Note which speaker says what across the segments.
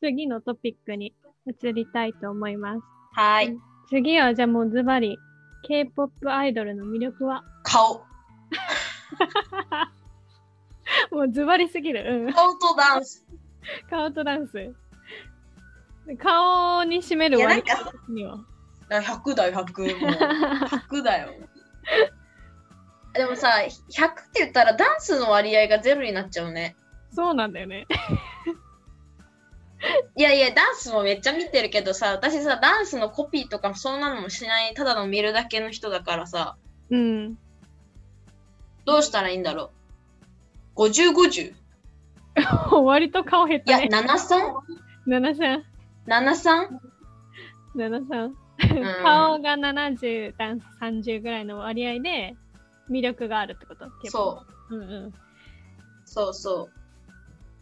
Speaker 1: 次のトピックに移りたいと思います。
Speaker 2: はーい。
Speaker 1: 次はじゃあもうズバリ、K-POP アイドルの魅力は
Speaker 2: 顔。
Speaker 1: もうズバリすぎる。うん。
Speaker 2: 顔とダンス。
Speaker 1: 顔とダンス。顔に占める
Speaker 2: いや
Speaker 1: 割合
Speaker 2: なんか
Speaker 1: 的には。
Speaker 2: だから100だよ、100。もう 100だよ。でもさ、100って言ったらダンスの割合がゼロになっちゃうね。
Speaker 1: そうなんだよね。
Speaker 2: いやいや、ダンスもめっちゃ見てるけどさ、私さ、ダンスのコピーとかそんなのもしない、ただの見るだけの人だからさ、
Speaker 1: うん。
Speaker 2: どうしたらいいんだろう。50、50?
Speaker 1: 割と顔減っ
Speaker 2: いや、
Speaker 1: たね。
Speaker 2: 73?73?
Speaker 1: 7さん。
Speaker 2: 73?
Speaker 1: 7さん。
Speaker 2: うん
Speaker 1: 顔が70、ダンス30ぐらいの割合で魅力があるってこと。
Speaker 2: そう
Speaker 1: うんうん。
Speaker 2: う、そうそ。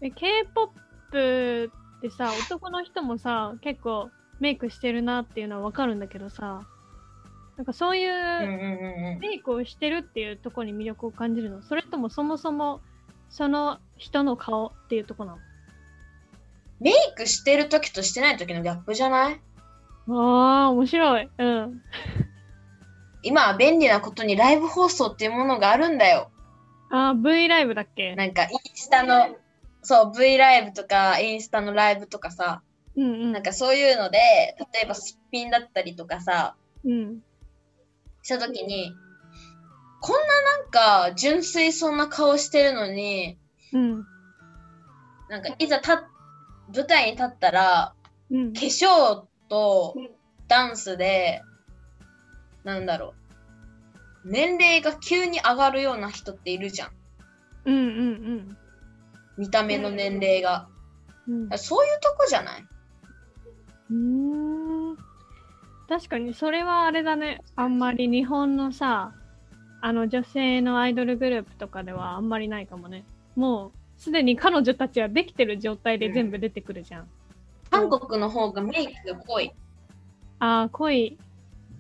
Speaker 1: え K-POP ってさ男の人もさ結構メイクしてるなっていうのはわかるんだけどさなんかそういう
Speaker 2: うん
Speaker 1: うん
Speaker 2: ううんうん。
Speaker 1: メイクをしてるっていうところに魅力を感じるのそれともそもそもその人の顔っていうところな
Speaker 2: メイクしてる時としてない時のギャップじゃない
Speaker 1: のあー面白いうん
Speaker 2: 今は便利なことにライブ放送っていうものがあるんだよ。
Speaker 1: あー V ライブだっけ
Speaker 2: なんかインスタの、そう、V ライブとかインスタのライブとかさ、
Speaker 1: うんうん
Speaker 2: なんかそういうので、例えばすっぴんだったりとかさ、
Speaker 1: うん
Speaker 2: した時に、こんななんか純粋そうな顔してるのに、
Speaker 1: うん
Speaker 2: なんかいざ立っ舞台に立ったら、
Speaker 1: うん
Speaker 2: 化粧とダンスで、なんだろう、年齢が急に上がるような人っているじゃん。
Speaker 1: うんうん
Speaker 2: 見た目の年齢が。
Speaker 1: うんうん
Speaker 2: そういうとこじゃないう
Speaker 1: ーん確かにそれはあれだねあんまり日本のさあの女性のアイドルグループとかではあんまりないかもねもうすでに彼女たちはできてる状態で全部出てくるじゃん、
Speaker 2: 韓国の方がメイクが濃い。
Speaker 1: ああ濃い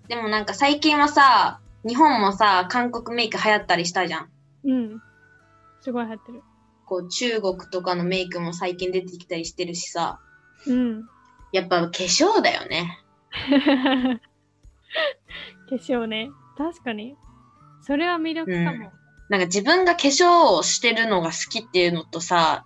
Speaker 2: でもなんか最近はさ、日本もさ、韓国メイク流行ったりしたじゃん。
Speaker 1: うんすごい流行ってる
Speaker 2: こう中国とかのメイクも最近出てきたりしてるしさ、
Speaker 1: うん
Speaker 2: やっぱ化粧だよね。
Speaker 1: 化粧ね確かにそれは魅力かも
Speaker 2: なんか自分が化粧をしてるのが好きっていうのとさ、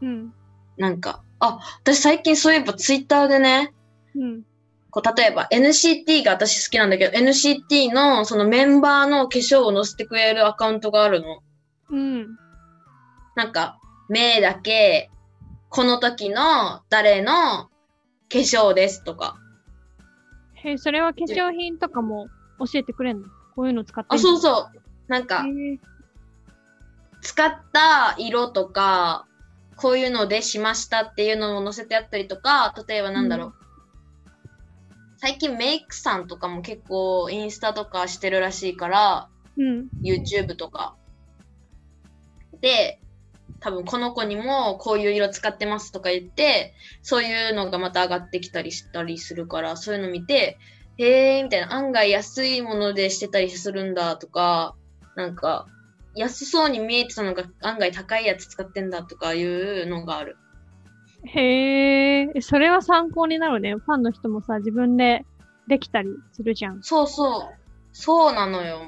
Speaker 1: うん
Speaker 2: なんか、あ、私最近そういえばツイッターでね、
Speaker 1: うん
Speaker 2: こう例えば NCT が私好きなんだけど、NCT のそのメンバーの化粧を載せてくれるアカウントがあるの。
Speaker 1: うん
Speaker 2: なんか、目だけ、この時の誰の化粧ですとか。
Speaker 1: へえそれは化粧品とかも教えてくれんのこういうの使って
Speaker 2: あ、そう
Speaker 1: う
Speaker 2: そう。なんか、
Speaker 1: へえ
Speaker 2: 使った色とか、こういうのでしましたっていうのも載せてあったりとか、例えばなんだろう。
Speaker 1: う
Speaker 2: 最近メイクさんとかも結構インスタとかしてるらしいから、
Speaker 1: うん、
Speaker 2: YouTube とか。で、多分この子にもこういう色使ってますとか言って、そういうのがまた上がってきたりしたりするから、そういうの見て、へえーみたいな、案外安いものでしてたりするんだとか、なんか、安そうに見えてたのが案外高いやつ使ってんだとかいうのがある。
Speaker 1: へえ、それは参考になるね。ファンの人もさ、自分でできたりするじゃん。
Speaker 2: そうそう。そうなのよ。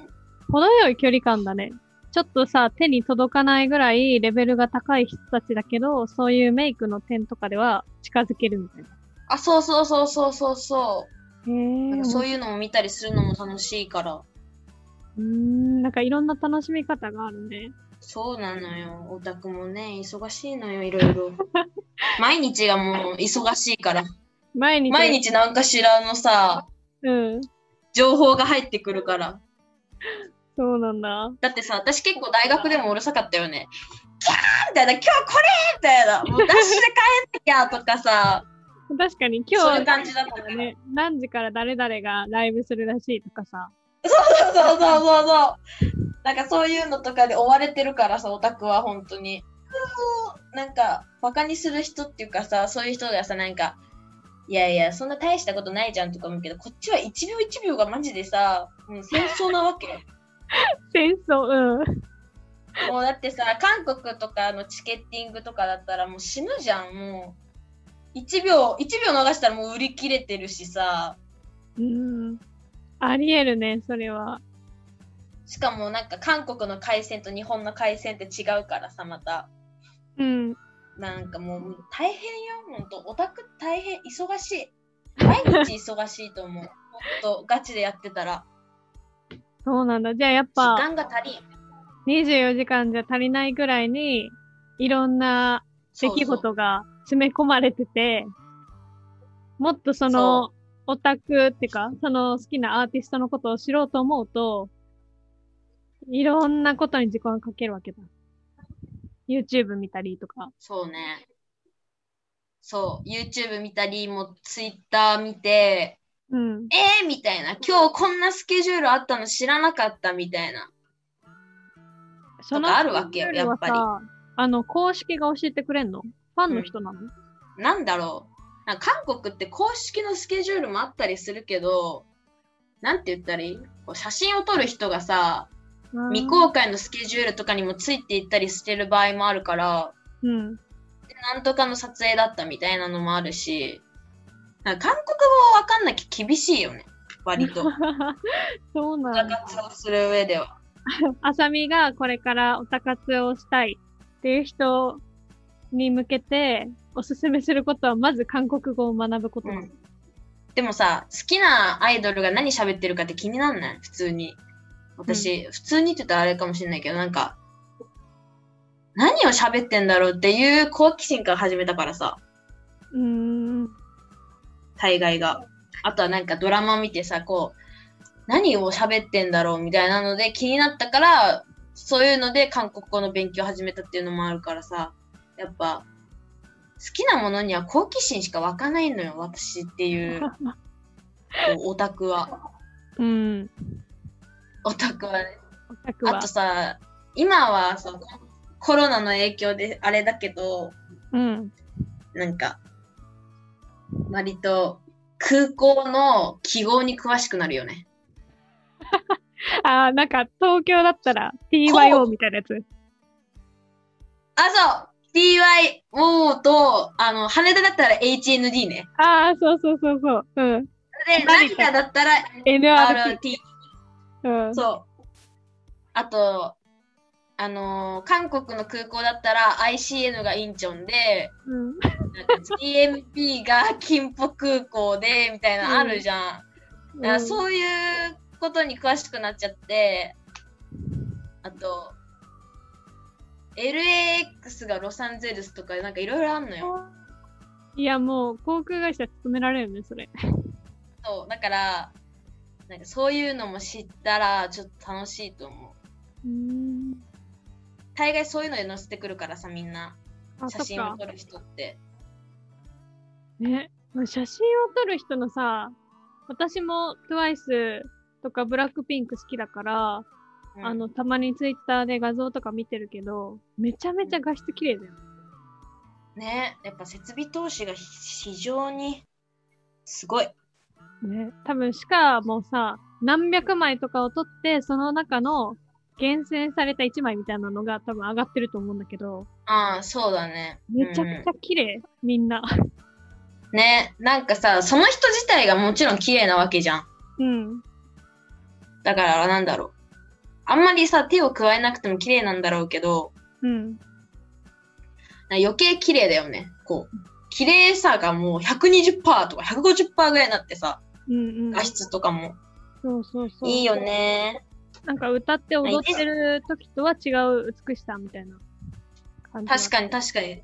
Speaker 1: 程よい距離感だね。ちょっとさ、手に届かないぐらいレベルが高い人たちだけど、そういうメイクの点とかでは近づけるみたいな。
Speaker 2: あ、そうそうそうそうそうそ
Speaker 1: へ
Speaker 2: う。なん
Speaker 1: え
Speaker 2: かそういうのを見たりするのも楽しいから。
Speaker 1: うーん、なんかいろんな楽しみ方があるね。
Speaker 2: そうなのよ。オタクもね、忙しいのよ、いろ いろ。毎日がもう忙しいから。
Speaker 1: 毎日。
Speaker 2: 毎。日なんかしらのさ、
Speaker 1: うん。
Speaker 2: 情報が入ってくるから。
Speaker 1: そうなんだ。
Speaker 2: だってさ、私結構大学でもうるさかったよね。キャーみたいな、今日これみたいな。もうダッシュで帰んなきゃとかさ、
Speaker 1: 確かに今
Speaker 2: そうい
Speaker 1: 日
Speaker 2: う感じだったから。
Speaker 1: ね、何時から誰々がライブするらしいとかさ。
Speaker 2: そうそうそうそうそう。なんかそういうのとかで追われてるからさ、オタクは本当に。なんか、バカにする人っていうかさ、そういう人がさ、なんか、いやいや、そんな大したことないじゃんとか思うけど、こっちは1秒1秒がマジでさ、もう戦争なわけよ。
Speaker 1: 戦争、うん。
Speaker 2: もうだってさ、韓国とかのチケッティングとかだったらもう死ぬじゃん、もう。 1秒、1秒逃したらもう売り切れてるしさ、
Speaker 1: うん。ありえるね、それは。
Speaker 2: しかもなんか韓国の海鮮と日本の海鮮って違うからさ、また。
Speaker 1: うん。
Speaker 2: なんかもう大変よ、ほんと。オタク大変、忙しい。毎日忙しいと思う。もっとガチでやってたら、
Speaker 1: そうなんだ。じゃあやっ
Speaker 2: 時
Speaker 1: ぱ、
Speaker 2: 間が足りん。
Speaker 1: 24時間じゃ足りないぐらいに、いろんな出来
Speaker 2: そうそう
Speaker 1: 事が詰め込まれてて、もっとその、オタクっていうか、その好きなアーティストのことを知ろうと思うと、いろんなことに時間をかけるわけだ。YouTube 見たりとか。
Speaker 2: そうね。そう、YouTube 見たり、もう Twitter 見て、
Speaker 1: うん。
Speaker 2: えー、みたいな、今日こんなスケジュールあったの知らなかったみたいな。
Speaker 1: そ
Speaker 2: とかあるわけよやっぱり
Speaker 1: ルールはさあの、公式が教えてくれんのファンの人なの、
Speaker 2: なんだろう。なんか韓国って公式のスケジュールもあったりするけど、なんて言ったらいいこう写真を撮る人がさ、
Speaker 1: うん
Speaker 2: 未公開のスケジュールとかにもついていったりしてる場合もあるから、
Speaker 1: うん。
Speaker 2: なんとかの撮影だったみたいなのもあるし、なんか韓国語わかんなきゃ厳しいよね。割と。
Speaker 1: そうな
Speaker 2: オ
Speaker 1: ん
Speaker 2: タ
Speaker 1: だ。
Speaker 2: 活をする上では。
Speaker 1: あさみがこれからオタ活をしたいっていう人に向けておすすめすることはまず韓国語を学ぶことなの、
Speaker 2: うんでもさ、好きなアイドルが何喋ってるかって気になんない普通に。私、普通にって言ったらあれかもしれないけど、なんか、何を喋ってんだろうっていう好奇心から始めたからさ、
Speaker 1: うーん。
Speaker 2: 大概が。あとはなんかドラマ見てさ、こう、何を喋ってんだろうみたいなので気になったから、そういうので韓国語の勉強を始めたっていうのもあるからさ、やっぱ、好きなものには好奇心しか湧かないのよ、私って いう、こうオタクは。
Speaker 1: うん。
Speaker 2: オタクはね。
Speaker 1: オタク
Speaker 2: あ
Speaker 1: は
Speaker 2: と。さ、今はさ、コロナの影響であれだけど、
Speaker 1: うん。
Speaker 2: なんか、割と空港の記号に詳しくなるよね。
Speaker 1: あーなんか東京だったら TYO みたいなやつ。
Speaker 2: あ、そう !DYO と、あの、羽田だったら HND ね。
Speaker 1: ああ、そうそうそうそう。うん。
Speaker 2: で、
Speaker 1: 成
Speaker 2: 成
Speaker 1: 田
Speaker 2: 田だったら
Speaker 1: NRT。
Speaker 2: RT。
Speaker 1: うん。
Speaker 2: そう。あと、あのー韓国の空港だったら ICN がインチョンで、
Speaker 1: うん。
Speaker 2: なんか GMP が金浦空港でみたいなのあるじゃん。だから
Speaker 1: う
Speaker 2: そういうことに詳しくなっちゃって、あと、LAX がロサンゼルスとかなんかいろいろあんのよ。
Speaker 1: ん。いや、もう航空会社勤められるね、それ。
Speaker 2: そう、だから、なんかそういうのも知ったらちょっと楽しいと思
Speaker 1: う
Speaker 2: う。
Speaker 1: ーん。
Speaker 2: 大概そういうのに載せてくるからさ、みんな。
Speaker 1: あ、
Speaker 2: 写
Speaker 1: そっ
Speaker 2: 真を
Speaker 1: か。
Speaker 2: 撮る人って。
Speaker 1: ね、写真を撮る人のさ、私も TWICE とかブラックピンク好きだから、
Speaker 2: うん
Speaker 1: あの、たまにツイッターで画像とか見てるけど、めちゃめちゃ画質綺麗だよ。
Speaker 2: ね、やっぱ設備投資が非常にすごい。
Speaker 1: ね。多分、しかもさ、何百枚とかを撮って、その中の厳選された1枚みたいなのが多分上がってると思うんだけど、
Speaker 2: ああ、そうだね。
Speaker 1: めちゃくちゃ綺麗、みんな。
Speaker 2: ね、なんかさ、その人自体がもちろん綺麗なわけじゃん。
Speaker 1: うん。
Speaker 2: だから、なんだろう。あんまりさ、手を加えなくても綺麗なんだろうけど、
Speaker 1: うん。
Speaker 2: な余計綺麗だよね。こう。綺麗さがもう120%とか150%ぐらいになってさ、
Speaker 1: うんうん。
Speaker 2: 画質とかも。
Speaker 1: そうそうそう。
Speaker 2: いいよ。ね。
Speaker 1: なんか歌って踊ってる時とは違う美しさみたいな感じ。
Speaker 2: 確かに確かに。